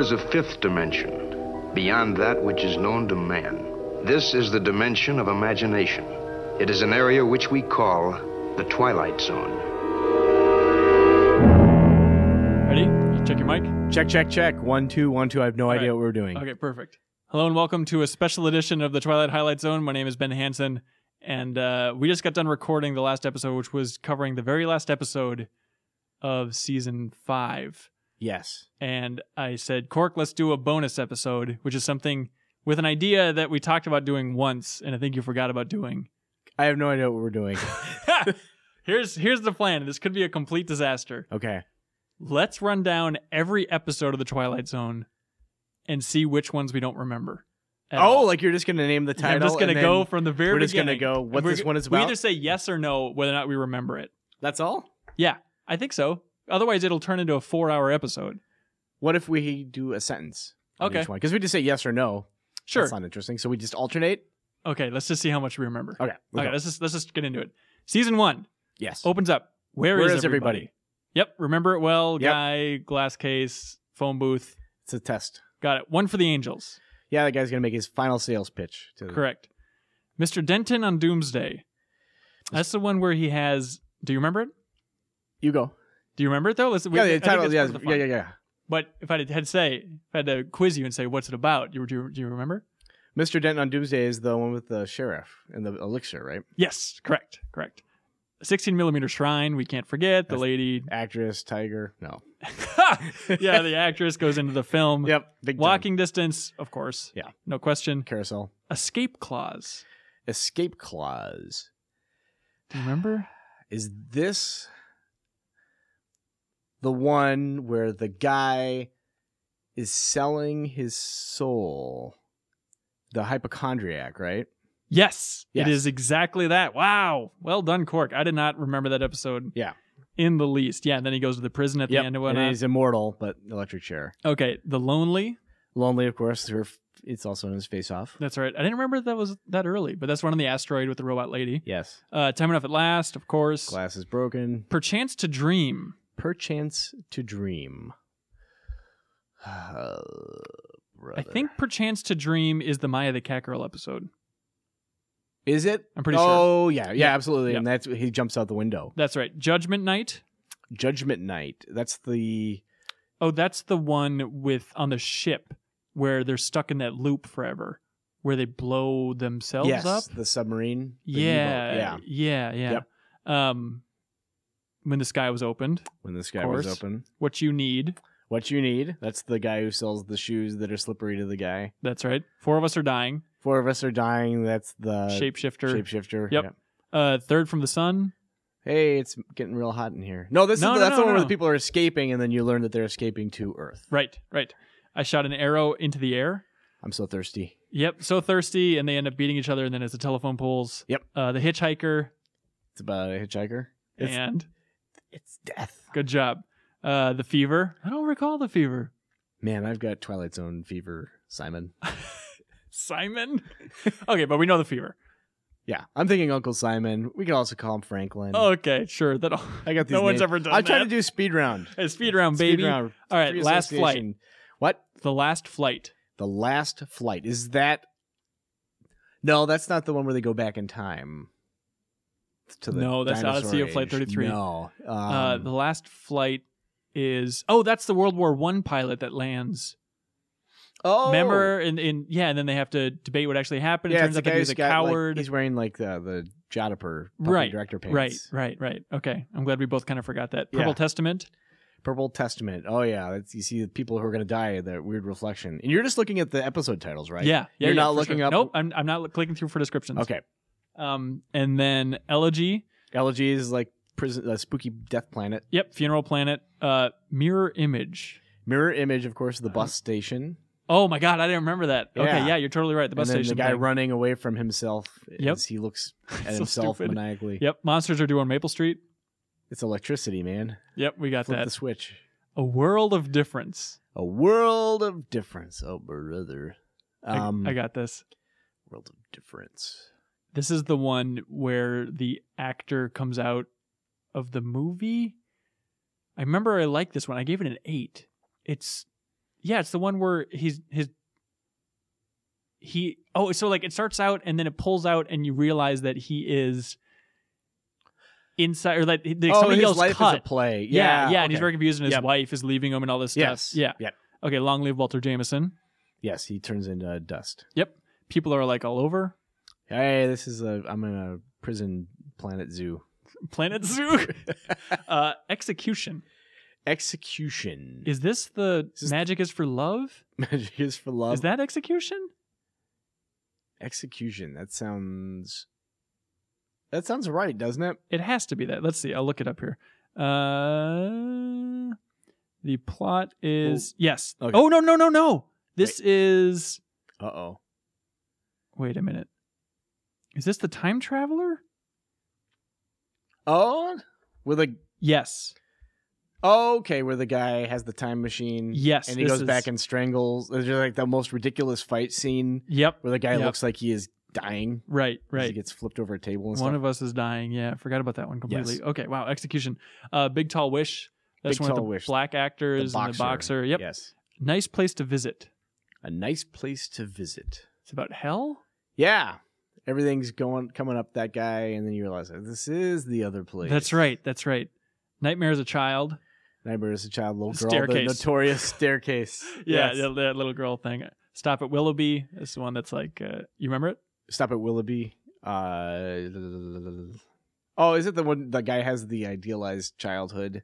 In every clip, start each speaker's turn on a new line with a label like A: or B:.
A: is a fifth dimension, beyond that which is known to man. This is the dimension of imagination. It is an area which we call the Twilight Zone.
B: Ready? You check your mic.
C: Check, check, check. One, two, one, two. I have no idea
B: right.
C: what we're doing.
B: Okay, perfect. Hello and welcome to a special edition of the Twilight Highlight Zone. My name is Ben Hansen, and uh, we just got done recording the last episode, which was covering the very last episode of season five.
C: Yes.
B: and I said, Cork, let's do a bonus episode, which is something with an idea that we talked about doing once, and I think you forgot about doing.
C: I have no idea what we're doing.
B: here's here's the plan. This could be a complete disaster.
C: okay.
B: Let's run down every episode of the Twilight Zone and see which ones we don't remember. at
C: Oh,
B: all.
C: like you're just gonna name the title.
B: I'm just
C: and
B: gonna
C: then-
B: go from the very
C: we're just gonna
B: beginning.
C: go, what
B: And we're
C: this
B: g-
C: one is
B: We
C: about?
B: either say yes or no, whether or not we remember it.
C: That's all.
B: Yeah, I think so. Otherwise, it'll turn into a four-hour episode.
C: What if we do a sentence?
B: Okay.
C: Because we just say yes or no.
B: Sure.
C: That's not interesting. So we just alternate.
B: Okay, let's just see how much we remember.
C: Okay. let's
B: Okay,
C: Oh, go.
B: let's just let's just get into it. Season one
C: Yes.
B: opens up. Where is, everybody? Yep, remember it well.
C: Yep.
B: Guy, glass case, phone booth.
C: It's a test.
B: Got it. One for the angels.
C: Yeah, that guy's gonna make his final sales pitch. To the-
B: Correct. Mr. Denton on Doomsday. That's the one where he has. Do you remember it?
C: You go.
B: Do you remember it though? Let's. we-
C: yeah,
B: I
C: the
B: think
C: title.
B: that's
C: Yeah,
B: part of the
C: yeah,
B: fun.
C: yeah, yeah.
B: But if I had to say, if I had to quiz you and say, "What's it about?" You do you, do you remember?
C: Mr. Denton on Doomsday is the one with the sheriff and the elixir, right?
B: Yes, correct, correct. Sixteen millimeter shrine. We can't forget the
C: That's-
B: lady.
C: Actress, tiger. No.
B: yeah, the actress goes into the film.
C: Yep. Big time.
B: Mm. Walking distance, of course.
C: Yeah.
B: No question.
C: carousel.
B: Escape clause.
C: Escape clause.
B: Do you remember?
C: is this the one where the guy is selling his soul the hypochondriac right
B: Yes,
C: Yes.
B: It is exactly that. Wow. Well done, Cork. I did not remember that episode.
C: Yeah.
B: In the least. Yeah. And then he goes to the prison at the end and
C: and
B: whatnot.
C: he's immortal but electric chair
B: Okay. The Lonely.
C: lonely of course her- it's also in his face off
B: That's right. I didn't remember that was that early, but that's one on the asteroid with the robot lady.
C: yes
B: Uh, Time Enough at Last, of course.
C: glass is broken
B: Perchance to Dream.
C: perchance to dream Uh,
B: I
C: brother.
B: think Perchance to Dream is the Maya the Cat Girl episode.
C: is it
B: I'm pretty sure.
C: oh yeah yeah
B: Yeah.
C: absolutely
B: Yeah.
C: and that's he jumps out the window
B: That's right. Judgment Night.
C: judgment night that's the
B: Oh, that's the one with on the ship where they're stuck in that loop forever, where they blow themselves
C: yes,
B: up.
C: the submarine. the U-boat.
B: yeah, yeah, yeah, Um, when the sky was opened,
C: When this guy was
B: course.
C: open,
B: what you need?
C: what you need? That's the guy who sells the shoes that are slippery to the guy.
B: That's right. Four of us are dying.
C: Four of us are dying. That's the
B: Shapeshifter.
C: shapeshifter.
B: Yep.
C: Yeah.
B: uh, third from the sun.
C: Hey, it's getting real hot in here. No, this
B: No,
C: is
B: no,
C: the, that's
B: no,
C: the one where
B: no.
C: the people are escaping, and then you learn that they're escaping to Earth.
B: Right, right. I shot an arrow into the air.
C: I'm so thirsty.
B: Yep. So thirsty, and they end up beating each other, and then it's the telephone poles.
C: Yep.
B: Uh, the hitchhiker
C: It's about a hitchhiker. It's,
B: and
C: it's death.
B: good job. Uh, the fever. I don't recall the fever.
C: Man, I've got Twilight Zone fever, Simon.
B: Simon. okay, but we know the fever.
C: Yeah, I'm thinking Uncle Simon. We could also call him Franklin.
B: Okay, sure. That all.
C: I got these.
B: Oh, no one's
C: names.
B: ever done
C: I'm
B: that.
C: trying to do speed round.
B: Hey, speed round, baby.
C: Speed round.
B: All right,
C: Free
B: last flight.
C: association. What?
B: The last flight.
C: The last flight. Is that No, that's not the one where they go back in time. To
B: No, that's
C: dinosaur
B: Odyssey of Flight
C: age.
B: 33.
C: No. Um,
B: uh, the last flight is oh, that's the World War One pilot that lands.
C: oh,
B: Remember, and in yeah, and then they have to debate what actually happened.
C: Yeah,
B: it turns
C: it's
B: out that
C: the guy
B: he was
C: who's
B: a
C: got, like-
B: coward.
C: he's wearing like the the Jodiper puppy
B: Right,
C: director pants.
B: right, right, right. Okay, I'm glad we both kind of forgot that.
C: Yeah.
B: Purple Testament.
C: Purple Testament. Oh yeah, that's, you see the people who are going to die. That weird reflection. And you're just looking at the episode titles, right?
B: Yeah, yeah.
C: You're
B: yeah,
C: not
B: for
C: looking
B: sure.
C: up-
B: Nope, I'm I'm not clicking through for descriptions.
C: Okay.
B: Um, and then Elegy.
C: Elegy is like prison, uh, spooky death planet.
B: Yep, Funeral Planet. Uh, Mirror Image.
C: Mirror image, of course, of
B: Uh-huh.
C: the bus station.
B: Oh my God, I didn't remember that. Okay,
C: Yeah.
B: yeah, you're totally right. The bus
C: and then
B: station.
C: the guy
B: thing.
C: running away from himself
B: Yep.
C: as he looks at
B: So
C: himself
B: stupid.
C: maniacally.
B: Yep, monsters are due on Maple Street.
C: It's electricity, man.
B: Yep, we got
C: Flip
B: that.
C: the switch.
B: A world of difference.
C: A world of difference. Oh, brother.
B: I-
C: Um,
B: I, got this.
C: world of difference.
B: This is the one where the actor comes out of the movie. I remember I liked this one. I gave it an eight. It's Yeah, it's the one where he's his he oh so like it starts out and then it pulls out and you realize that he is inside or like the,
C: oh,
B: somebody
C: his
B: else
C: life
B: cut.
C: is a play.
B: yeah, yeah,
C: Yeah,
B: and he's
C: okay.
B: very confused and his
C: Yep.
B: wife is leaving him and all this stuff.
C: Yes.
B: Yeah.
C: Yep.
B: Okay, long live Walter Jameson.
C: Yes, he turns into dust.
B: Yep. People are like all over
C: Hey, this is a. I'm in a prison planet zoo.
B: Planet Zoo. uh execution.
C: Execution.
B: Is this the
C: Is this-
B: magic is for love?
C: Magic is for love.
B: Is that execution?
C: execution? That sounds. That sounds right, doesn't it?
B: It has to be that. Let's see. I'll look it up here. Uh, the plot is yes.
C: okay.
B: Oh no no no no. This is
C: Uh oh.
B: wait a minute. Is this the time traveler?
C: Oh, where the oh,
B: Yes.
C: okay, where the guy has the time machine.
B: Yes.
C: Mm. and he
B: this
C: goes
B: is-
C: back and strangles. There's just like the most ridiculous fight scene
B: Yep.
C: where the guy
B: Yep.
C: looks like he is dying.
B: 'Right,
C: 'cause He
B: right.
C: gets flipped over a table and
B: One
C: stuff.
B: of us is dying. Yeah, I forgot about that one completely.
C: Yes.
B: Okay, wow, execution. Uh Big Tall Wish. That's
C: Big
B: one
C: Tall
B: of the
C: Wish.
B: black actors and the boxer. Yep.
C: Yes.
B: Nice place to visit.
C: A nice place to visit.
B: It's about hell?
C: Yeah. Everything's going coming up that guy, and then you realize like, this is the other place.
B: That's right, that's right. Nightmare as a child.
C: Nightmare is a child, little girl,
B: Staircase.
C: the notorious staircase.
B: Yeah,
C: Yes.
B: that, that little girl thing. Stop at Willoughby. That's the one that's like, uh, you remember it?
C: Stop at Willoughby. Uh, oh, is it the one the guy has the idealized childhood?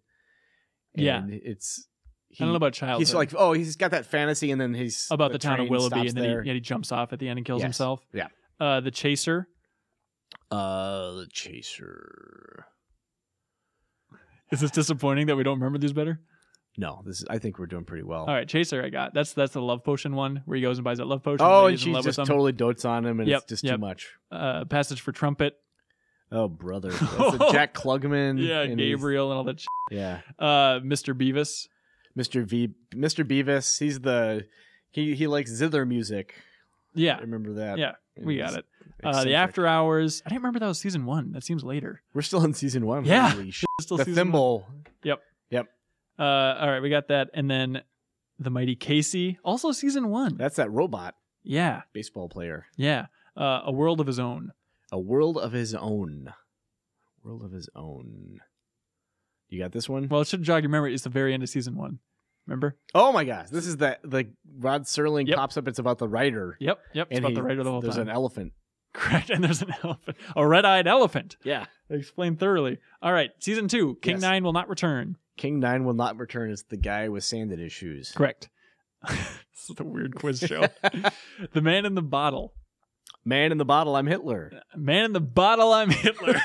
B: Yeah.
C: And it's. He,
B: I don't know about childhood.
C: He's like, oh, he's got that fantasy, and then he's
B: about the, town of
C: train
B: Willoughby,
C: stops
B: and then
C: there.
B: he, yeah, he jumps off at the end and kills
C: Yes.
B: himself.
C: Yeah.
B: Uh, the Chaser.
C: uh, the chaser.
B: Is this disappointing that we don't remember these better?
C: No, this is, I think we're doing pretty well.
B: All right, Chaser, I got. That's that's the love potion one where he goes and buys that love potion. when
C: Oh, and
B: he's in
C: she
B: love with
C: just
B: him.
C: totally dotes on him, and
B: Yep,
C: it's just
B: yep.
C: too much.
B: uh, passage for trumpet.
C: Oh, brother, that's a Jack Klugman.
B: Yeah,
C: and he's-
B: Gabriel and all that. Sh-
C: Yeah,
B: uh, Mr. Beavis.
C: Mr. V, Mr. Beavis. He's the he he likes zither music. I
B: Yeah,
C: remember that.
B: yeah, we got it. Uh,
C: Eccentric.
B: the After Hours. I didn't remember that was season one. That seems later.
C: We're still in season one.
B: Yeah.
C: Holy shit.
B: Still
C: the
B: season one.
C: thimble.
B: Uh, all right, we got that, and then the Mighty Casey, also season one.
C: That's that robot
B: yeah,
C: baseball player.
B: yeah, uh, a world of his own.
C: A world of his own. World of his own. You got this one?
B: Well, it should jog your memory. It's the very end of season one. Remember?
C: Oh my gosh! This is that the Rod Serling
B: Yep.
C: pops up. It's about the writer.
B: Yep, yep. It's
C: And
B: about
C: he-
B: the writer the whole
C: There's
B: time.
C: an elephant.
B: Correct, and there's an elephant, a red-eyed elephant.
C: Yeah.
B: Explained thoroughly. All right, season two, King
C: Yes.
B: Nine will not return.
C: King Nine will not return. It's the guy with sanded issues.
B: Correct. this is a weird quiz show. the man in the bottle.
C: Man in the bottle. I'm Hitler.
B: Man in the bottle. I'm Hitler.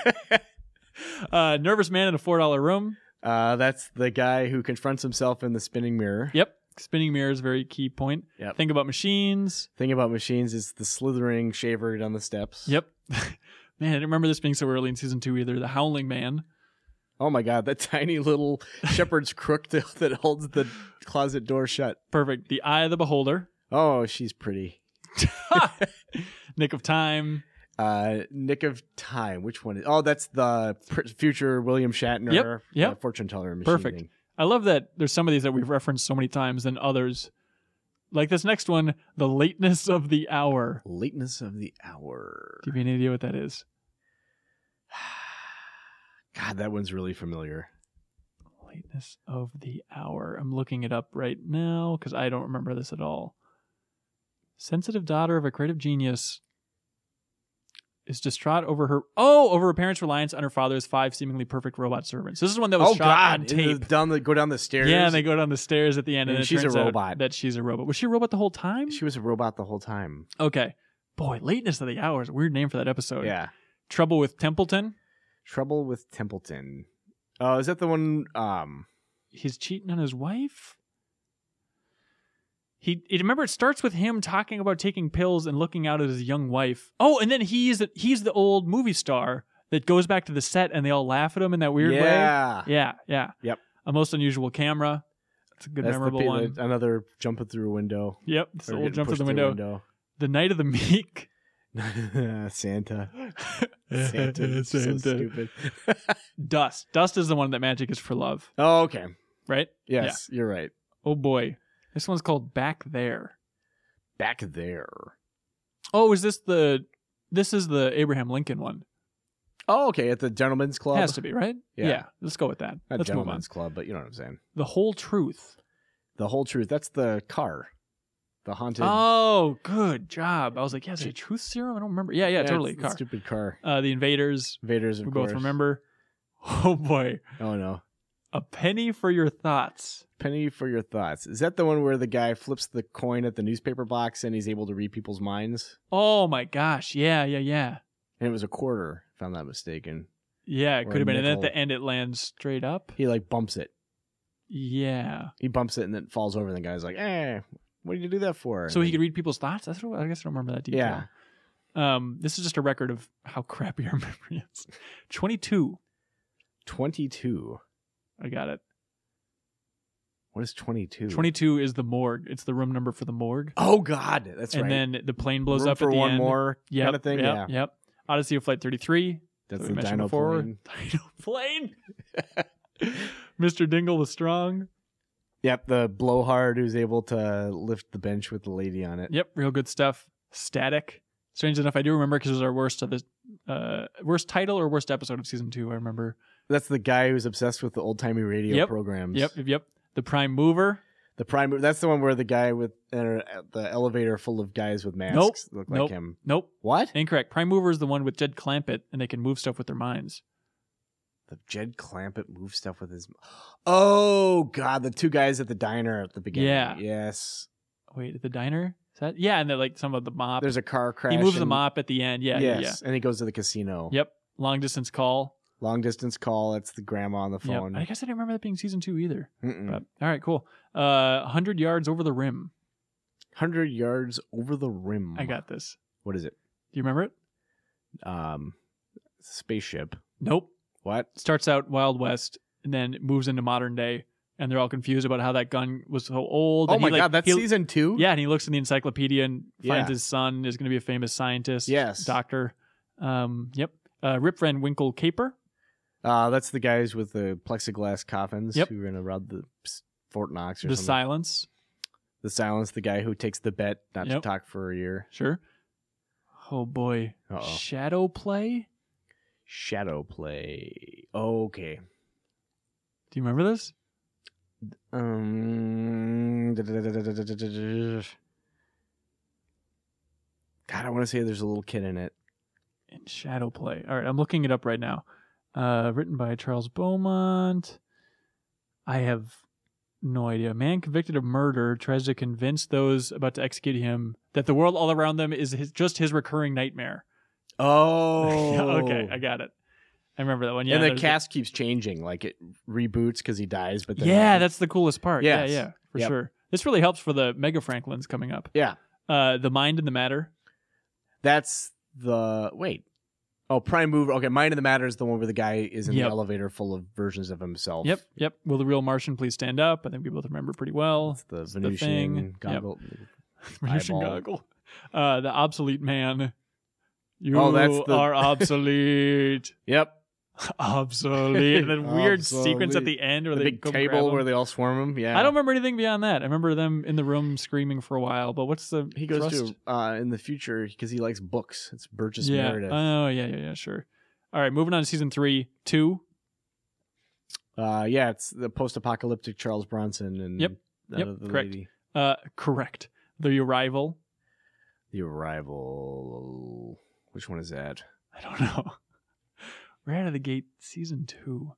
B: uh, nervous man in a four dollar room.
C: Uh, that's the guy who confronts himself in the spinning mirror.
B: Yep. Spinning mirrors, very key point.
C: Yep.
B: Think about machines.
C: Thing about machines is the slithering shaver down the steps.
B: Yep. man, I didn't remember this being so early in season two either. The Howling Man.
C: Oh my god, that tiny little shepherd's crook that, that holds the closet door shut.
B: Perfect. The Eye of the Beholder.
C: Oh, she's pretty.
B: Nick of Time.
C: Uh, Nick of Time. Which one? Is, oh, that's the pr- future William Shatner.
B: Yep, yep.
C: uh, fortune teller machine.
B: Perfect.
C: thing.
B: I love that there's some of these that we've referenced so many times than others. Like this next one, The Lateness of the Hour.
C: Lateness of the hour.
B: Do you have any idea what that is?
C: God, that one's really familiar.
B: Lateness of the Hour. I'm looking it up right now because I don't remember this at all. Sensitive daughter of a creative genius is distraught over her oh over her parents' reliance on her father's five seemingly perfect robot servants. This is one that was
C: oh
B: shot
C: God,
B: on
C: it is
B: tape.
C: down the go down the stairs.
B: Yeah, and they go down the stairs at the end, and,
C: And
B: it
C: she's a
B: turns out
C: robot.
B: That she's a robot. Was she a robot the whole time?
C: she was a robot the whole time.
B: Okay. Boy, lateness of the hour is a weird name for that episode.
C: Yeah.
B: Trouble with Templeton.
C: Trouble with Templeton. Oh, is that the one? Um,
B: He's cheating on his wife. He, he- remember it starts with him talking about taking pills and looking out at his young wife. Oh, and then he's he's the old movie star that goes back to the set and they all laugh at him in that weird way.
C: yeah.
B: Yeah, yeah.
C: Yep.
B: A most unusual camera. That's a good
C: That's the
B: memorable
C: pe-
B: one.
C: Another jumping through a window.
B: yep. This
C: Or
B: old
C: getting
B: jump through
C: pushed
B: the window. The night of the meek.
C: window. Santa. Santa. is So stupid.
B: Dust. Dust is the one that magic is for love,
C: oh, okay.
B: right?
C: Yes, you're right.
B: Oh boy. This one's called Back There.
C: Back there.
B: Oh, is this the? This is the Abraham Lincoln one.
C: Oh, okay. At the Gentlemen's Club.
B: Has to be right.
C: Yeah.
B: let's go with that.
C: Not
B: let's move on.
C: Gentlemen's Club, but you know what I'm saying.
B: The whole truth.
C: The whole truth. That's the car. The haunted.
B: Oh, good job. I was like, yeah, is it a truth serum? I don't remember. Yeah, yeah,
C: it's
B: totally.
C: the
B: Car.
C: Stupid car.
B: Uh, the invaders.
C: Invaders, of
B: We
C: course.
B: both remember. Oh boy,
C: Oh, no.
B: a penny for your thoughts.
C: Penny for your thoughts. Is that the one where the guy flips the coin at the newspaper box and he's able to read people's minds?
B: Oh my gosh, yeah, yeah, yeah,
C: And it was a quarter, if I'm not mistaken.
B: yeah. It
C: Or
B: could have been. And then at
C: nickel.
B: the end, it lands straight up.
C: He like bumps it.
B: Yeah.
C: He bumps it and then falls over, and the guy's like, "Eh, what did you do that for?"
B: So
C: And
B: he could read people's thoughts. That's what, I guess I don't remember that detail.
C: yeah,
B: Um, this is just a record of how crappy our memory is. 22.
C: twenty-two.
B: I got it.
C: What is twenty-two?
B: 22 is the morgue. It's the room number for the morgue.
C: Oh God, that's
B: and
C: right.
B: then the plane blows
C: Room
B: up
C: for
B: at the
C: one
B: end.
C: more
B: yep,
C: kind of thing.
B: Yep,
C: Yeah,
B: Yep. Odyssey of Flight 33.
C: that's
B: that
C: the
B: we mentioned
C: dino
B: before.
C: plane.
B: Dino plane. Mr. Dingle the Strong.
C: Yep, the blowhard who's able to lift the bench with the lady on it.
B: Yep, real good stuff. Static. Strange enough, I do remember because it was our worst of the uh, worst title or worst episode of season two. I remember.
C: That's the guy who's obsessed with the old timey radio
B: Yep.
C: programs.
B: Yep, yep, yep. The Prime Mover.
C: the prime. That's the one where the guy with uh, the elevator full of guys with masks
B: Nope.
C: look
B: Nope.
C: like him.
B: Nope,
C: What?
B: incorrect. Prime Mover is the one with Jed Clampett, and they can move stuff with their minds.
C: The Jed Clampett move stuff with his. Oh God, the two guys at the diner at the beginning.
B: Yeah.
C: Yes.
B: Wait, at the diner? Is that yeah? And they're like some of the mop.
C: There's a car crash.
B: he moves the
C: and-
B: mop at the end. Yeah, yeah,
C: yes, and he goes to the casino.
B: yeah. Yep. Long distance call.
C: Long distance call. It's the grandma on the
B: Yep.
C: phone.
B: I guess I didn't remember that being season two either.
C: Mm-mm.
B: But all right, cool. Uh, hundred yards over the rim.
C: Hundred yards over the rim.
B: I got this.
C: What is it?
B: Do you remember it?
C: Um, spaceship.
B: Nope.
C: What?
B: starts out Wild West and then moves into modern day, and they're all confused about how that gun was so old.
C: Oh
B: and
C: my
B: he, like,
C: God, that's
B: he-
C: season two.
B: Yeah, and he looks in the encyclopedia and finds
C: Yeah.
B: his son is going to be a famous scientist,
C: Yes.
B: doctor. Um, yep. Uh, Rip Van Winkle Caper.
C: Uh, that's the guys with the plexiglass coffins
B: Yep.
C: who are gonna rob the s- Fort Knox or
B: The
C: something.
B: Silence.
C: the silence. The guy who takes the bet not
B: Yep.
C: to talk for a year.
B: Sure. Oh boy.
C: Uh-oh.
B: Shadow Play.
C: Shadow play. Okay.
B: Do you remember this?
C: Um, God, I want to say there's a little kid in it.
B: In Shadow Play. All right, I'm looking it up right now. Uh, written by Charles Beaumont. I have no idea. A man convicted of murder tries to convince those about to execute him that the world all around them is his, just his recurring nightmare.
C: Oh,
B: Yeah, okay, I got it. I remember that one. Yeah,
C: and the
B: there's
C: cast keeps changing. Like it reboots because he dies, but then
B: yeah, that's the coolest part.
C: Yes.
B: Yeah, yeah, for
C: Yep.
B: sure. This really helps for the Mega Franklins coming up.
C: yeah,
B: Uh, the Mind and the Matter.
C: that's the wait. Oh, Prime Mover. Okay, Mind of the Matter is the one where the guy is in
B: Yep.
C: the elevator full of versions of himself.
B: Yep, yep. Will the real Martian please stand up? I think we both remember pretty well.
C: It's the
B: the thing.
C: Venusian
B: Yep.
C: goggle.
B: Venetian
C: eyeball.
B: goggle. Uh, the obsolete man. You
C: Oh, that's the-
B: are obsolete.
C: Yep.
B: obsolete. And then weird sequence at
C: Obsolete.
B: the end where
C: The
B: they
C: big
B: go
C: table
B: grab
C: where
B: him.
C: they all swarm him. Yeah.
B: I don't remember anything beyond that. I remember them in the room screaming for a while. But what's the
C: He goes
B: thrust?
C: to uh, in the future because he likes books. It's Burgess
B: yeah.
C: Meredith.
B: Oh yeah, yeah, yeah. Sure. All right, moving on to season three, two.
C: Uh, yeah, it's the post-apocalyptic Charles Bronson and
B: Yep.
C: that
B: Yep.
C: other
B: Correct.
C: lady.
B: Uh, correct. The arrival.
C: The arrival. Which one is that?
B: I don't know. We're out of the gate. Season two.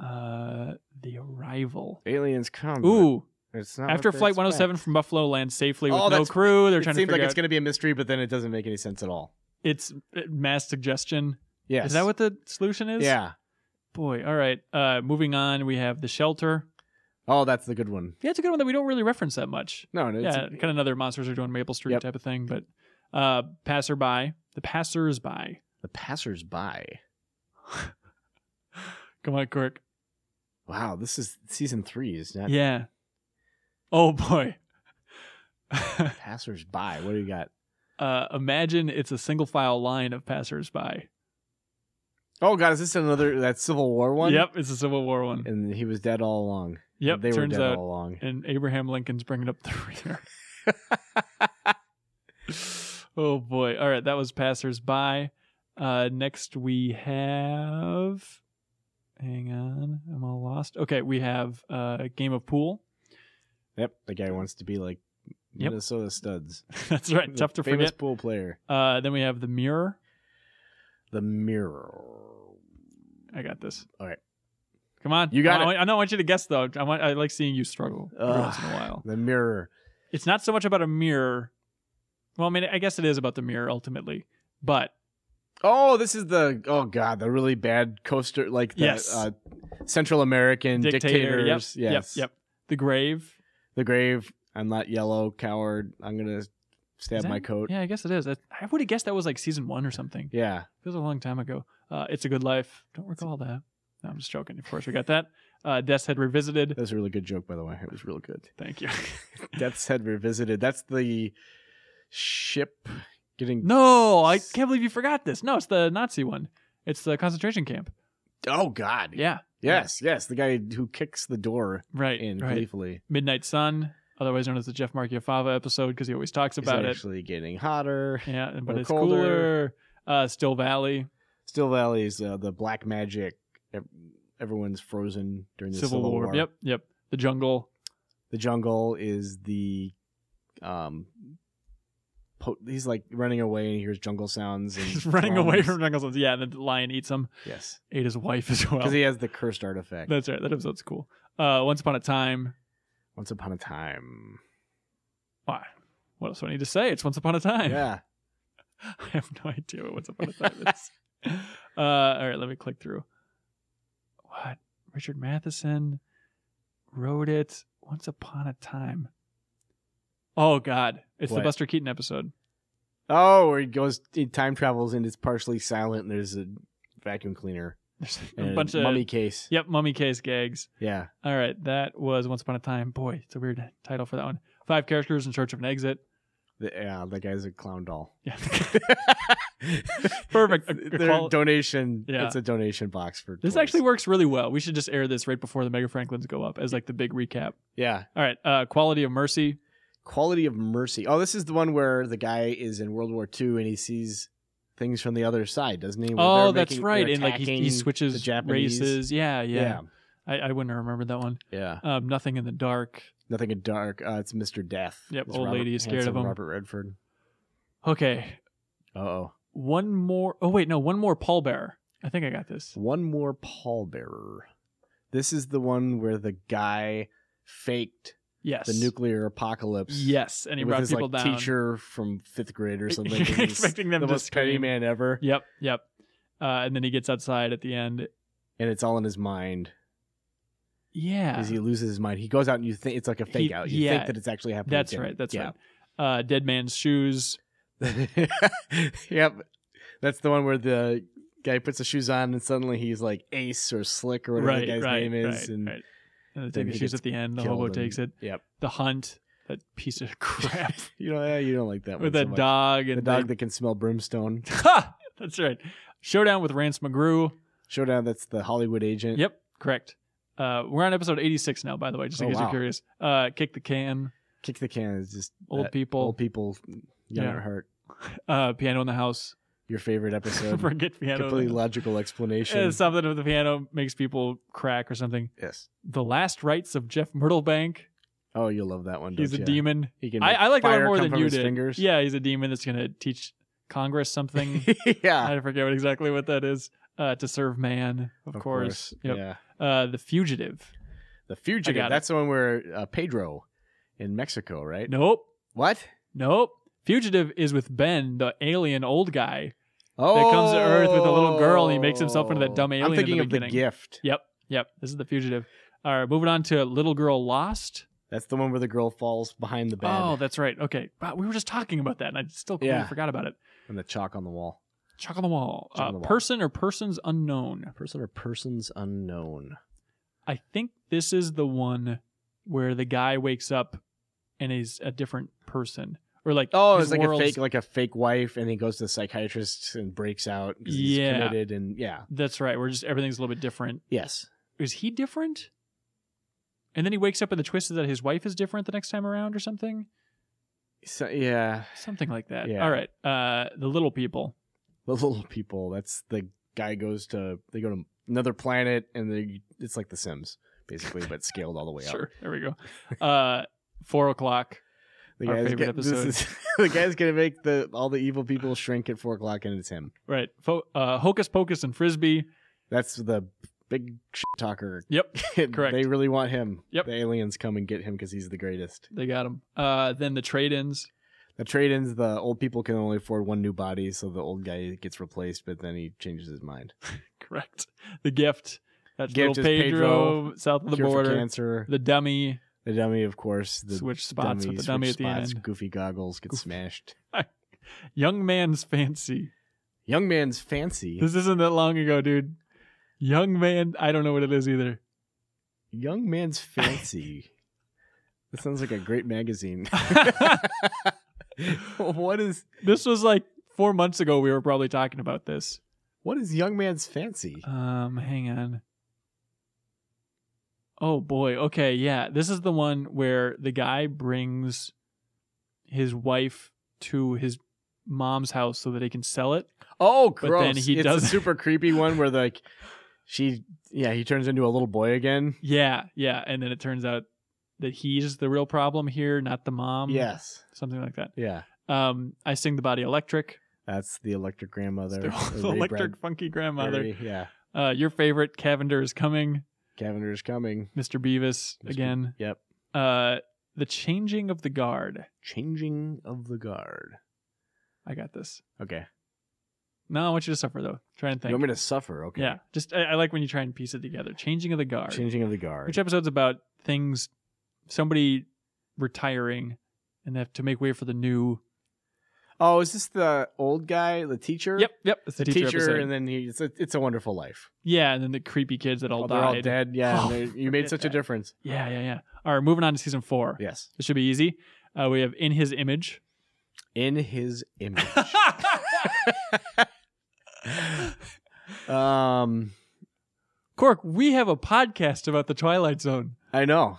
B: Uh, the arrival.
C: Aliens come.
B: Ooh,
C: but it's not
B: After
C: what they
B: Flight 107
C: expect.
B: from Buffalo lands safely with
C: Oh,
B: no
C: that's-
B: crew, they're
C: it
B: trying to
C: seems
B: figure
C: like
B: out
C: it's going to be a mystery, but then it doesn't make any sense at all.
B: it's mass suggestion.
C: Yes.
B: Is that what the solution is?
C: Yeah.
B: Boy, all right. Uh, moving on, we have the shelter.
C: Oh, that's the good one.
B: Yeah, it's a good one that we don't really reference that much.
C: No, it's,
B: yeah, kind of another monsters are doing Maple Street
C: Yep.
B: type of thing, but uh, passerby, the passersby.
C: the passersby.
B: Come on, Cork.
C: Wow, this is season three. Is not
B: Yeah. Oh boy.
C: passersby. What do you got?
B: uh, imagine it's a single file line of passersby.
C: Oh God, is this another that Civil War one?
B: Yep, it's a Civil War one.
C: And he was dead all along.
B: Yep.
C: they were
B: turns
C: dead
B: out,
C: all along.
B: and Abraham Lincoln's bringing up the rear. oh boy! All right, that was passersby. Uh, next we have. Hang on, I'm all lost. Okay, we have uh, game of pool.
C: Yep, the guy wants to be like
B: Yep.
C: Minnesota Studs.
B: That's right.
C: The
B: Tough to
C: famous
B: forget.
C: pool player.
B: Uh, then we have the mirror.
C: The mirror.
B: I got this.
C: All right.
B: Come on.
C: You got
B: I, I don't want you to guess though. I want. I like seeing you struggle every
C: Ugh.
B: once in a while.
C: The mirror.
B: It's not so much about a mirror. Well, I mean, I guess it is about the mirror ultimately, but
C: Oh, this is the oh god, the really bad coaster like the
B: Yes.
C: uh, Central American
B: dictator. Yep.
C: dictators.
B: Yep.
C: yes.
B: Yep. The grave.
C: The grave. I'm not yellow, coward. I'm gonna stab
B: Is that-
C: my coat.
B: Yeah, I guess it is. I, I would have guessed that was like season one or something.
C: Yeah.
B: It was a long time ago. Uh, it's a good life. Don't recall that. No, I'm just joking. Of course, we got that. Uh, Death's Head Revisited.
C: That was a really good joke, by the way. It was real good.
B: Thank you.
C: Death's Head Revisited. That's the ship getting
B: no, I can't believe you forgot this. No, it's the Nazi one. It's the concentration camp.
C: Oh god.
B: Yeah.
C: Yes, yes. The guy who kicks the door
B: Right.
C: in
B: right.
C: gleefully.
B: Midnight Sun, otherwise known as the Jeff Markiafava episode, because he always talks
C: It's
B: about it.
C: actually getting hotter.
B: Yeah, but
C: or
B: it's
C: colder.
B: cooler. Uh, Still Valley,
C: Still Valley's uh, the black magic. Ev- Everyone's frozen during the
B: Civil, War. Yep, yep. The Jungle.
C: The jungle is the um. Po- he's like running away and he hears jungle sounds and
B: He's running away
C: drums.
B: from Jungles. Yeah, and the lion eats him.
C: yes
B: Ate his wife as well.
C: because he has the cursed artifact.
B: That's right. That episode's cool. Uh, Once Upon a Time.
C: Once upon a time.
B: Why? What else do I need to say? It's Once Upon a Time.
C: Yeah.
B: I have no idea what Once Upon a Time is. Uh, all right, let me click through. What? Richard Matheson wrote it Once Upon a Time. Oh, God. It's the
C: What?
B: Buster Keaton episode.
C: Oh, where he goes, he time travels and it's partially silent and there's a vacuum cleaner
B: There's a
C: and
B: bunch of.
C: mummy case.
B: Yep, mummy case gags.
C: Yeah.
B: All right, that was Once Upon a Time. Boy, it's a weird title for that one. Five characters in search of an exit.
C: The, yeah, that guy's a clown doll.
B: Yeah.
C: Perfect.
B: A- a
C: Their
B: quali-
C: donation.
B: Yeah.
C: It's a donation box for
B: This
C: toys.
B: actually works really well. We should just air this right before the Mega Franklins go up as like the big recap.
C: Yeah.
B: All right, uh, Quality of Mercy.
C: Quality of mercy. Oh, this is the one where the guy is in World War II and he sees things from the other side, doesn't he? Where
B: oh,
C: they're
B: that's
C: making-
B: right.
C: they're
B: And like he, he
C: attacking the
B: switches
C: Japanese.
B: races. Yeah, yeah.
C: Yeah.
B: I, I wouldn't have remembered that one.
C: Yeah.
B: Um, Nothing in the Dark.
C: Nothing in dark. Uh, it's Mr. Death.
B: Yep,
C: It's
B: old lady is scared of
C: handsome
B: him.
C: Robert Redford.
B: Okay,
C: Uh oh.
B: one more. Oh wait, no, one more pallbearer. I think I got this.
C: One more pallbearer. This is the one where the guy faked
B: Yes,
C: the nuclear apocalypse.
B: Yes, and he
C: with
B: brought
C: his
B: people
C: like
B: down.
C: teacher from fifth grade or something. He's
B: expecting them
C: the
B: to
C: most petty
B: scream.
C: man ever,
B: Yep, yep. Uh, and then he gets outside at the end.
C: and it's all in his mind
B: Yeah,
C: because he loses his mind. He goes out and you think it's like a fake
B: He-
C: out. You
B: yeah.
C: think that it's actually happening.
B: that's
C: to him.
B: right. That's
C: yeah.
B: right. Uh, Dead man's shoes.
C: right. yep, that's the one where the guy puts the shoes on and suddenly he's like Ace or Slick or whatever
B: right,
C: the guy's
B: right,
C: name is.
B: Right,
C: and
B: right. And they
C: then
B: take the
C: he
B: shoes
C: gets
B: at the end. The
C: killed
B: hobo
C: and-
B: takes it.
C: Yep.
B: The hunt. That piece of crap
C: You know, yeah, you don't like that one
B: with
C: so
B: that
C: much.
B: dog
C: The
B: and
C: dog that can smell brimstone.
B: Ha! That's right. Showdown with Rance McGrew.
C: Showdown. That's the Hollywood agent.
B: Yep, correct. Uh, we're on episode 86 now, by the way, just in
C: Oh,
B: case
C: wow.
B: you're curious. Uh, Kick the Can,
C: Kick the can is just
B: Old
C: that
B: People,
C: Old people, young
B: Yeah.
C: at heart.
B: uh, Piano in the House.
C: Your favorite episode.
B: Forget Piano. in the
C: Completely
B: House.
C: logical explanation.
B: Uh, something of the piano makes people crack or something.
C: Yes.
B: The Last Rites of Jeff Myrtlebank.
C: Oh, you'll love that one.
B: He's a
C: don't ya?
B: demon.
C: He can
B: I,
C: make
B: I like that one
C: fire
B: more
C: come
B: than
C: from
B: you
C: his
B: did.
C: Fingers.
B: Yeah, he's a demon that's going to teach Congress something.
C: yeah.
B: I forget what exactly what that is. Uh, to serve man, of,
C: Of
B: course. Yep.
C: Yeah.
B: Uh, the Fugitive. I
C: The
B: got
C: fugitive.
B: it.
C: That's the one where uh, Pedro in Mexico, right?
B: Nope.
C: What?
B: Nope. Fugitive is with Ben, the alien old guy.
C: Oh.
B: comes to Earth with a little girl and he makes himself into that dumb alien
C: I'm
B: in
C: thinking
B: the
C: of the
B: beginning.
C: gift.
B: Yep. Yep. This is the Fugitive. All right. Moving on to Little Girl Lost.
C: That's the one where the girl falls behind the bed
B: Oh, that's right. Okay. Wow, we were just talking about that, and I still completely
C: Yeah.
B: forgot about it.
C: and the chalk on the wall.
B: Chalk on the wall.
C: Chalk
B: uh,
C: on the wall.
B: Person or persons unknown.
C: Person or persons unknown.
B: I think this is the one where the guy wakes up and is a different person, or like
C: Oh,
B: his
C: it's like a
B: world's-
C: fake, like a fake wife, and he goes to the psychiatrist and breaks out. 'cause He's
B: Yeah.
C: committed and yeah,
B: That's right. Where just everything's a little bit different.
C: yes,
B: Is he different? And then he wakes up in the twist that his wife is different the next time around or something.
C: So yeah,
B: Something like that.
C: Yeah.
B: All right. Uh, the little people.
C: the little people. That's the guy goes to they go to another planet, and they it's like The Sims basically, but scaled all the way up.
B: Sure. There we go. Uh, four o'clock.
C: The
B: Our
C: guy's,
B: favorite
C: get- this is- the guy's gonna make the all the evil people shrink at four o'clock, and it's him.
B: Right. Fo- uh, Hocus Pocus and Frisbee.
C: That's the big shit talker.
B: Yep. correct.
C: they really want him.
B: Yep.
C: The aliens come and get him because he's the greatest.
B: They got him. Uh, then the trade ins.
C: The trade-ins, the old people can only afford one new body, so the old guy gets replaced, but then he changes his mind.
B: Correct. The gift. That's
C: Gift
B: little
C: is
B: Pedro, south of the
C: Cure for
B: border.
C: cancer.
B: The dummy.
C: The dummy, of course. The
B: switch spots
C: dummy,
B: with the dummy at
C: switch
B: the
C: spots,
B: end.
C: Goofy goggles get
B: Goofy.
C: smashed.
B: Young man's fancy.
C: Young man's fancy.
B: This isn't that long ago, dude. Young man. I don't know what it is either.
C: Young man's fancy. that sounds like a great magazine. what is
B: This was like four months ago. We were probably talking about this.
C: what is young man's fancy?
B: Um, hang on. Oh boy. Okay, yeah. This is the one where the guy brings his wife to his mom's house so that he can sell it.
C: Oh,
B: But
C: gross!
B: then he
C: it's
B: does-
C: a super creepy one where like she, yeah, he turns into a little boy again.
B: Yeah, yeah. And then it turns out that he's the real problem here, not the mom.
C: yes,
B: Something like that.
C: yeah.
B: Um, I sing the body electric.
C: That's the electric grandmother.
B: Still
C: or
B: the
C: Ray
B: electric funky grandmother.
C: Bradbury, Yeah,
B: Uh, your favorite Cavender is coming.
C: Cavender's coming
B: Mr. Beavis
C: Mr.
B: again.
C: Yep.
B: Uh, the changing of the guard.
C: Changing of the guard.
B: I got this.
C: Okay.
B: No, I want you to suffer though. Try and think.
C: You want me to suffer? Okay.
B: Yeah, just I, I like when you try and piece it together. Changing of the guard.
C: Changing of the guard.
B: Which episode's about things, somebody retiring, and they have to make way for the new.
C: oh, is this the old guy, the teacher?
B: Yep, yep. It's
C: The
B: the teacher,
C: teacher,
B: episode.
C: and then he. It's a, it's a wonderful life.
B: yeah, and then the creepy kids that all
C: Oh, they're
B: died.
C: all dead. Yeah,
B: Oh,
C: and they- you made
B: forget
C: such
B: that.
C: a difference.
B: Yeah, yeah, yeah. All right, moving on to season four.
C: Yes.
B: This should be easy. Uh, we have in his image.
C: In his image. um,
B: Cork, we have a podcast about the Twilight Zone.
C: I know.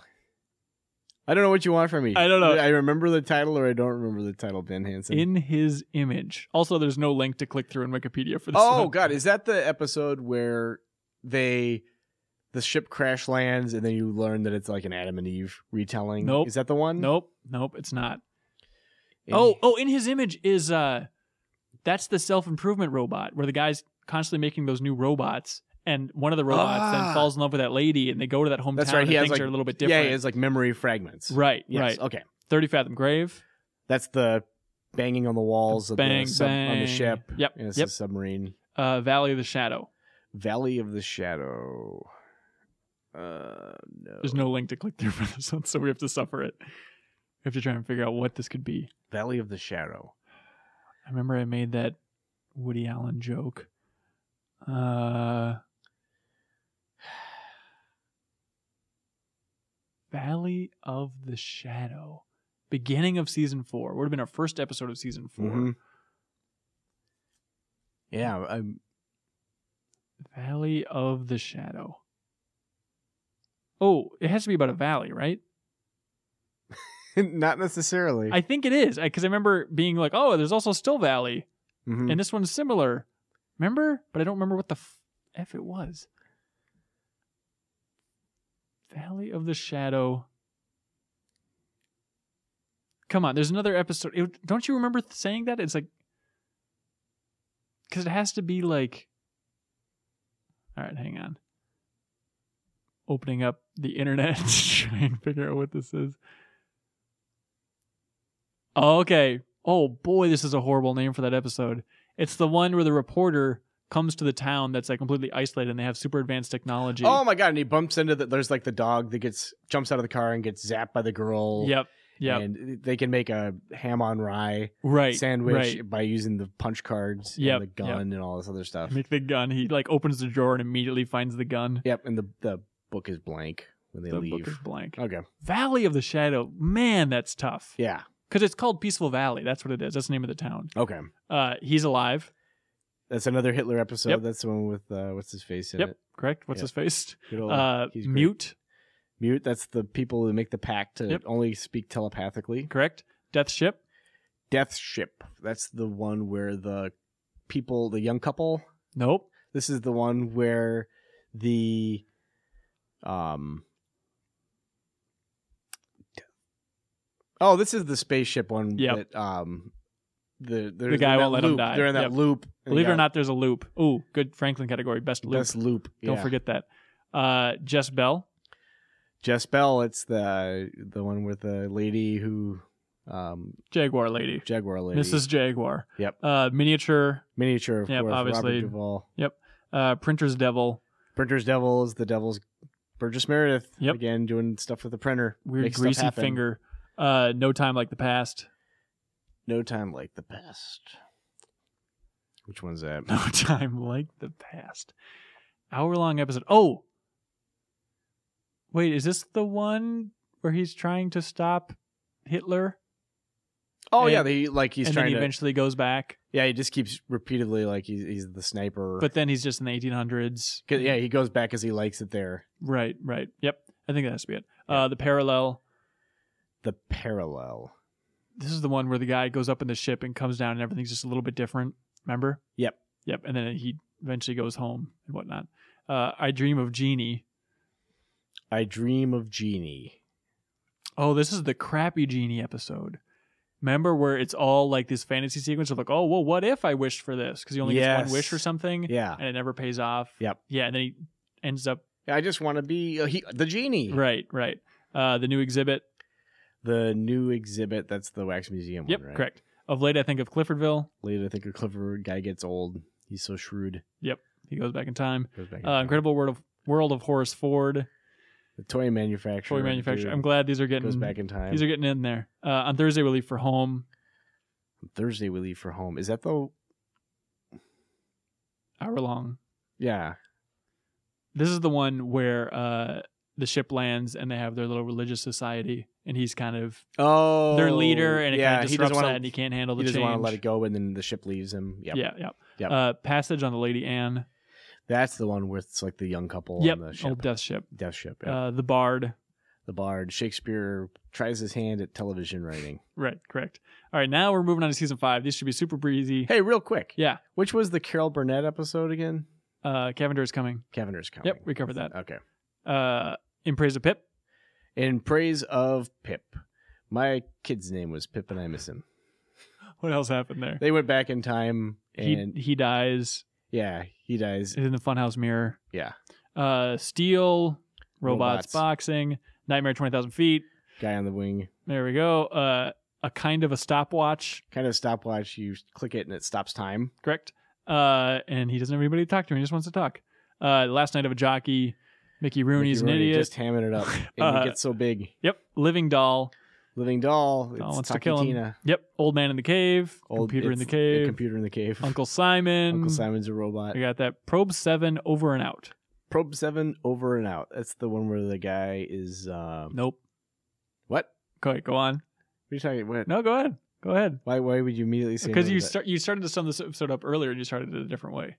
C: I don't know what you want from me.
B: I don't know.
C: I remember the title, or I don't remember the title. Ben Hansen.
B: In his image. Also, there's no link to click through in Wikipedia for this.
C: Oh
B: one.
C: god, is that the episode where they the ship crash lands and then you learn that it's like an Adam and Eve retelling?
B: Nope.
C: Is that the one?
B: Nope, nope, it's not.
C: And-
B: Oh, oh, in his image is uh that's the self-improvement robot where the guy's constantly making those new robots and one of the robots then
C: Ah.
B: falls in love with that lady and they go to that hometown
C: That's right,
B: and
C: he has,
B: things
C: like-
B: are a little bit
C: yeah,
B: different.
C: it's like memory fragments.
B: Right,
C: Yes. oh.
B: right.
C: Okay.
B: 30 Fathom Grave.
C: That's the banging on the walls of
B: bang,
C: the sub- on
B: bang.
C: the ship.
B: Yep,
C: And it's
B: yep.
C: a submarine.
B: Uh Valley of the Shadow.
C: Valley of the Shadow. Uh no.
B: There's no link to click through for this one, so we have to suffer it. We have to try and figure out what this could be.
C: Valley of the Shadow.
B: I remember I made that Woody Allen joke. Uh Valley of the Shadow. Beginning of season four. Would have been our first episode of season 4
C: Mhm. Yeah, i
B: Valley of the Shadow. Oh, it has to be about a valley, right?
C: not necessarily.
B: I think it is. Because I, remember being like, oh, there's also Still Valley.
C: Mhm.
B: And this one's similar. Remember? But I don't remember what the f-, f it was. Valley of the Shadow. Come on, there's another episode. It- don't you remember th- saying that? It's like because it has to be like. All right, hang on. Opening up the internet to try and figure out what this is. Okay. Oh boy, this is a horrible name for that episode. It's the one where the reporter comes to the town that's like completely isolated and they have super advanced technology.
C: Oh my god! And he bumps into that. There's like the dog that gets jumps out of the car and gets zapped by the girl.
B: Yep. Yep.
C: And they can make a ham on rye
B: right.
C: sandwich
B: Right.
C: by using the punch cards,
B: Yep,
C: and the gun, and all this other stuff.
B: Make the gun. He like opens the drawer and immediately finds the gun.
C: Yep. And the the book is blank when they
B: the
C: leave.
B: book is blank.
C: Okay.
B: Valley of the Shadow. Man, that's tough.
C: Yeah.
B: Because it's called Peaceful Valley. That's what it is. That's the name of the town.
C: Okay.
B: Uh, he's alive.
C: That's another Hitler episode.
B: Yep.
C: That's the one with uh, what's his face in
B: Yep.
C: it.
B: Correct. What's
C: Yeah.
B: his face?
C: Good old-
B: Uh,
C: he's great.
B: mute.
C: Mute, that's the people who make the pact to
B: Yep.
C: only speak telepathically.
B: correct? Death Ship.
C: Death Ship, that's the one where the people, the young couple,
B: Nope.
C: this is the one where the um Oh, this is the spaceship one
B: Yep.
C: that um the
B: The guy won't let 'em
C: them
B: die.
C: They're in that
B: Yep.
C: loop. and
B: Believe it
C: Uh, yeah,
B: or not, there's a loop. Ooh, good Franklin category. Best loop.
C: That's loop.
B: Don't
C: yeah.
B: forget that. Uh, Jess Bell.
C: Jess Bell, it's the the one with the lady who um
B: Jaguar lady.
C: Jaguar lady.
B: Mrs. Jaguar.
C: Yep.
B: Uh, miniature.
C: Miniature of
B: Yep,
C: course,
B: obviously.
C: Robert Duvall.
B: Uh, Printer's Devil.
C: Printer's Devil is the devil's Burgess Meredith.
B: Yep.
C: Again doing stuff with the printer.
B: Weird
C: Makes stuff
B: greasy
C: happen.
B: finger. Uh, no time like the past.
C: No time like the past. Which one's that?
B: No time like the past. Hour long episode. Oh, wait, is this the one where he's trying to stop Hitler?
C: Oh
B: And-
C: yeah, they, like he's
B: and
C: trying
B: then he
C: to.
B: eventually goes back,
C: yeah, he just keeps repeatedly like he's he's the sniper.
B: but then he's just in the 1800s.
C: 'Cause, yeah, he goes back because he likes it there.
B: Right, right. Yep. I think that has to be it. Uh, the parallel.
C: The parallel.
B: This is the one where the guy goes up in the ship and comes down, and everything's just a little bit different. Remember?
C: Yep.
B: Yep. And then he eventually goes home and whatnot. Uh, I dream of genie.
C: I dream of genie.
B: Oh, this is the crappy genie episode. Remember where it's all like this fantasy sequence of like, oh, well, what if I wished for this? Because he only gets
C: Yes.
B: one wish or something,
C: Yeah,
B: and it never pays off.
C: Yep.
B: Yeah, and then he ends up
C: I just want to be uh, he, the genie.
B: right, right. Uh, the new exhibit.
C: The new exhibit. That's the wax museum.
B: Yep,
C: one, right?
B: correct. Of late, I think of Cliffordville.
C: Later, I think a clever guy gets old. He's so shrewd.
B: He goes back in time.
C: Goes back in
B: Uh,
C: time.
B: Incredible World of World of Horace Ford.
C: The toy manufacturer.
B: Toy manufacturer.
C: dude
B: I'm glad these are getting
C: Goes back in time.
B: these are getting in there. Uh, on Thursday we leave for home.
C: Thursday we leave for home. Is that the?
B: Hour long.
C: Yeah.
B: This is the one where uh, the ship lands and they have their little religious society, and he's kind of
C: Oh,
B: their leader, and it
C: yeah,
B: kind of
C: he doesn't
B: disrupts
C: wanna-
B: that, and he can't handle the
C: he doesn't
B: change.
C: want to let it go, and then the ship leaves him. Yep.
B: Yeah, yeah.
C: Yep.
B: Uh, passage on the Lady Anne.
C: That's the one with like the young couple
B: yep,
C: on the ship.
B: old death ship.
C: Death ship. yeah.
B: Uh, the Bard.
C: the bard. Shakespeare tries his hand at television writing.
B: Right, correct. All right, now we're moving on to season five. These should be super breezy.
C: Hey, real quick.
B: Yeah.
C: Which was the Carol Burnett episode again?
B: Uh, Cavender is coming.
C: Cavender's coming.
B: Yep, we covered that.
C: Okay.
B: Uh, in praise of Pip.
C: In praise of Pip. My kid's name was Pip, and I miss him.
B: What else happened there?
C: They went back in time, and
B: he he dies
C: yeah, he dies.
B: in the Funhouse mirror.
C: Yeah.
B: Uh, Steel. Robots,
C: Robots.
B: boxing. Nightmare twenty thousand feet.
C: Guy on the wing.
B: There we go. Uh, a kind of a stopwatch.
C: Kind of stopwatch. You click it, and it stops time.
B: correct? Uh, and he doesn't have anybody to talk to. He just wants to talk. Uh, last night of a jockey, Mickey Rooney's
C: Mickey
B: an
C: Rooney
B: idiot.
C: Just hamming it up, and
B: Uh,
C: he gets so big.
B: Yep, living doll.
C: Living doll. It's
B: Doll wants to
C: Taki
B: kill him.
C: Tina.
B: Yep, old man in the cave.
C: Old-
B: computer in the
C: it's
B: cave.
C: A computer in the cave.
B: Uncle Simon.
C: Uncle Simon's a robot.
B: I got that. Probe seven over and out.
C: Probe seven over and out. That's the one where the guy is. Um,
B: Nope.
C: What?
B: Go ahead. Go on.
C: What are you talking? What?
B: No, go ahead. Go ahead.
C: Why? Why would you immediately say?
B: Because
C: no
B: you
C: to that?
B: start you started to sum this episode up earlier and you started it a different way.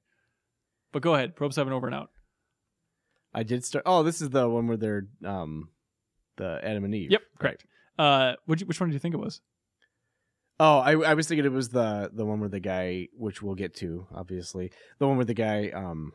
B: But go ahead. Probe seven over and out.
C: I did start. Oh, this is the one where they're um, the Adam and Eve.
B: Yep,
C: Right.
B: correct. Uh, what'd you, which one did you think it was?
C: Oh, I, I was thinking it was the the one where the guy, which we'll get to, obviously, the one where the guy um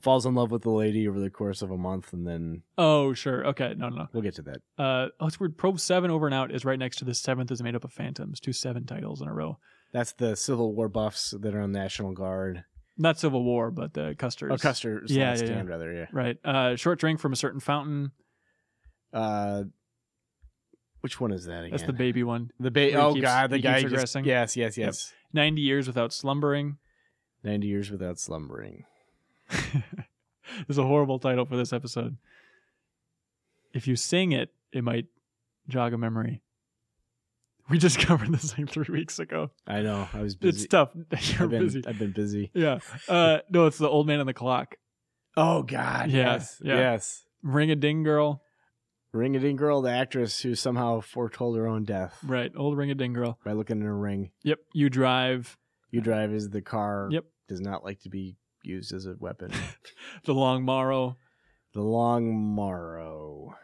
C: falls in love with the lady over the course of a month, and then
B: Oh, sure. Okay. No, no, no.
C: we'll get to that.
B: Uh, oh, it's weird. Probe seven over and out is right next to the seventh is made up of phantoms. Two seven titles in a row.
C: That's the Civil War buffs that are on National Guard.
B: Not Civil War, but the Custer's.
C: Oh, Custer
B: Yeah,
C: yeah,
B: yeah, yeah.
C: stand rather, yeah.
B: Right. Uh, short drink from a certain fountain.
C: Uh, which one is that again?
B: That's the baby one.
C: The
B: he
C: ba- oh
B: keeps-
C: god, the
B: he
C: guy
B: keeps
C: just,
B: regressing.
C: yes, yes, yes.
B: Ninety years without slumbering.
C: Ninety years without slumbering.
B: is a horrible title for this episode. If you sing it, it might jog a memory. We just covered this like three weeks ago.
C: I know. I was busy.
B: It's tough. You're
C: I've been,
B: busy.
C: I've been busy.
B: Yeah. Uh, no, it's the old man on the clock.
C: Oh god,
B: Yeah,
C: yes,
B: yeah.
C: yes.
B: Ring a ding girl.
C: Ring a ding girl, the actress who somehow foretold her own death
B: Right. Old ring a ding girl.
C: by looking in a ring.
B: Yep. You drive.
C: You drive is the car.
B: Yep.
C: Does not like to be used as a weapon.
B: The long morrow.
C: the long morrow.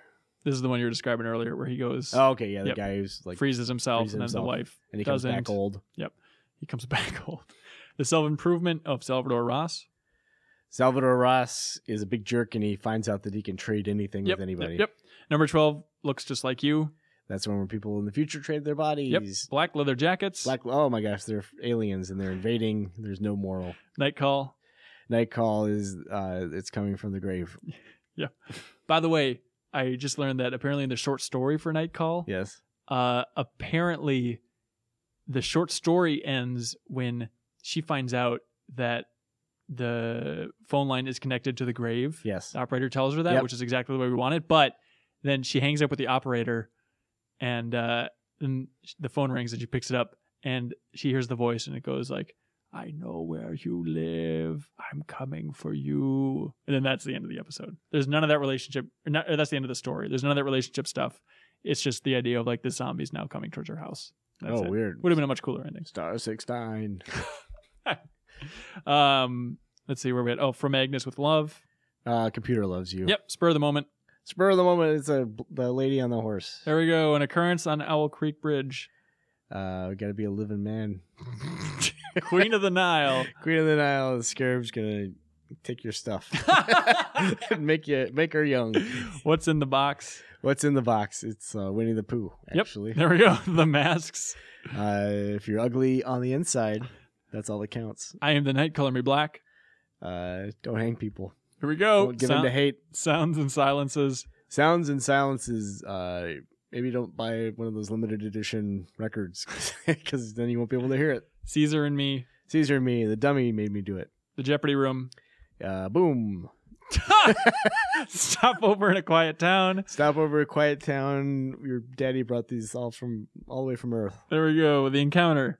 B: This is the one you were describing earlier, where he goes
C: Oh, okay, yeah, the
B: Yep.
C: guy who's like
B: freezes himself,
C: freezes
B: and then
C: himself,
B: the wife
C: and he comes back
B: doesn't.
C: old.
B: he comes back old. The self improvement of Salvador Ross.
C: Salvador Ross is a big jerk, and he finds out that he can trade anything
B: Yep,
C: with anybody.
B: Yep, yep. Number twelve looks just like you.
C: That's when people in the future trade their bodies.
B: Yep. Black leather jackets.
C: Black. Oh my gosh, they're aliens and they're invading. There's no moral.
B: Night call.
C: Night Call is uh, it's coming from the grave.
B: By the way, I just learned that apparently in the short story for Night Call,
C: Yes.
B: uh, apparently the short story ends when she finds out that the phone line is connected to the grave.
C: Yes.
B: The operator tells her that,
C: Yep.
B: which is exactly the way we want it. But then she hangs up with the operator, and uh, then the phone rings and she picks it up and she hears the voice and it goes like, "I know where you live. I'm coming for you." And then that's the end of the episode. There's none of that relationship. Or not, or that's the end of the story. There's none of that relationship stuff. It's just the idea of like the zombies now coming towards her house. That's
C: oh,
B: it.
C: weird.
B: Would have been a much cooler ending.
C: Star Six Nine.
B: Um, let's see where we at. Oh, from Agnes with love.
C: Uh, computer loves you.
B: Yep, spur of the moment.
C: Spur of the moment. It's a the lady on the horse.
B: There we go. An occurrence on Owl Creek Bridge.
C: Uh, we gotta be a living man.
B: Queen of the Nile.
C: Queen of the Nile. The scarab's gonna take your stuff. make you make her young.
B: What's in the box?
C: What's in the box? It's uh, Winnie the Pooh.
B: Yep.
C: Actually,
B: There we go. The masks.
C: uh, if you're ugly on the inside, that's all that counts.
B: I am the night. Color me black.
C: Uh, don't hang people.
B: Here we go.
C: don't give
B: Oh, Sound-
C: in to hate.
B: sounds and silences.
C: Sounds and Silences. Uh, maybe don't buy one of those limited edition records because then you won't be able to hear it.
B: Caesar and me.
C: Caesar and me, the dummy made me do it.
B: The Jeopardy room.
C: Uh, boom.
B: Stop over in a quiet town.
C: Stop over at Quiet Town. Your daddy brought these all from all the way from Earth.
B: There we go. The encounter.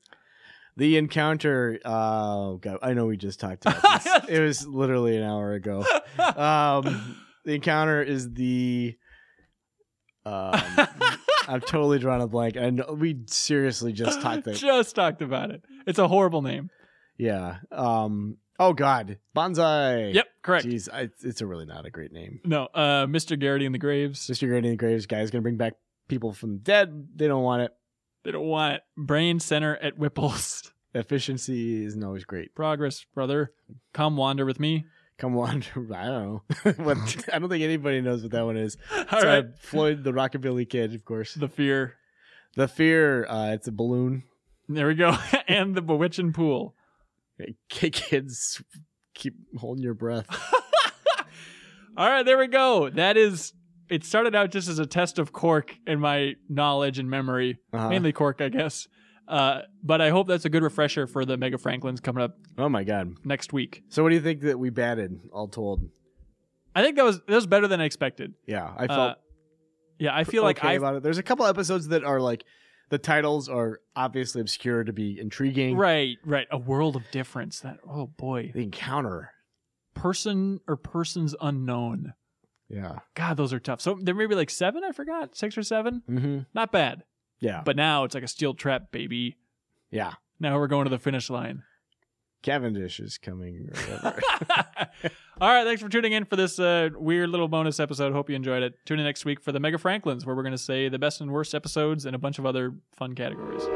C: The encounter. Oh God, I know we just talked about this. it was literally an hour ago. Um, the encounter is the. Um, I'm totally drawing a blank. And we seriously just talked that
B: Just talked about it. It's a horrible name.
C: Yeah. Um. Oh God, Bonsai.
B: Yep. Correct.
C: Jeez, I, it's a really not a great name.
B: No. Uh, Mr. Garrity and the Graves.
C: Sister Grady and the Graves guy's gonna bring back people from the dead. They don't want it.
B: They don't want it. brain center at Whipple's.
C: Efficiency isn't always great.
B: Progress, brother. Come wander with me.
C: Come on, I don't know. what, I don't think anybody knows what that one is.
B: All right.
C: It's, uh, Floyd the Rockabilly Kid, of course.
B: The fear.
C: The Fear. Uh, it's a balloon.
B: There we go. and the bewitching pool.
C: K- Kids keep holding your breath.
B: All right, there we go. That is. It started out just as a test of cork and my knowledge and memory,
C: Uh-huh.
B: mainly cork, I guess. Uh, but I hope that's a good refresher for the Mega Franklins coming up
C: Oh my God.
B: next week.
C: So what do you think that we batted all told?
B: I think that was that was better than I expected.
C: Yeah, I
B: Uh,
C: felt
B: yeah, I feel like
C: okay
B: I
C: about it. There's a couple episodes that are like the titles are obviously obscure to be intriguing.
B: right right a world of difference. That oh boy,
C: The encounter.
B: person or persons unknown.
C: Yeah.
B: God, those are tough. So there may be like seven. I forgot six or seven.
C: Mm-hmm. Oh.
B: Not bad.
C: Yeah.
B: But now it's like a steel trap, baby.
C: Yeah.
B: Now we're going to the finish line.
C: Cavendish is coming. Or whatever.
B: All right, thanks for tuning in for this uh, weird little bonus episode. Hope you enjoyed it. Tune in next week for the Mega Franklins, where we're going to say the best and worst episodes and a bunch of other fun categories.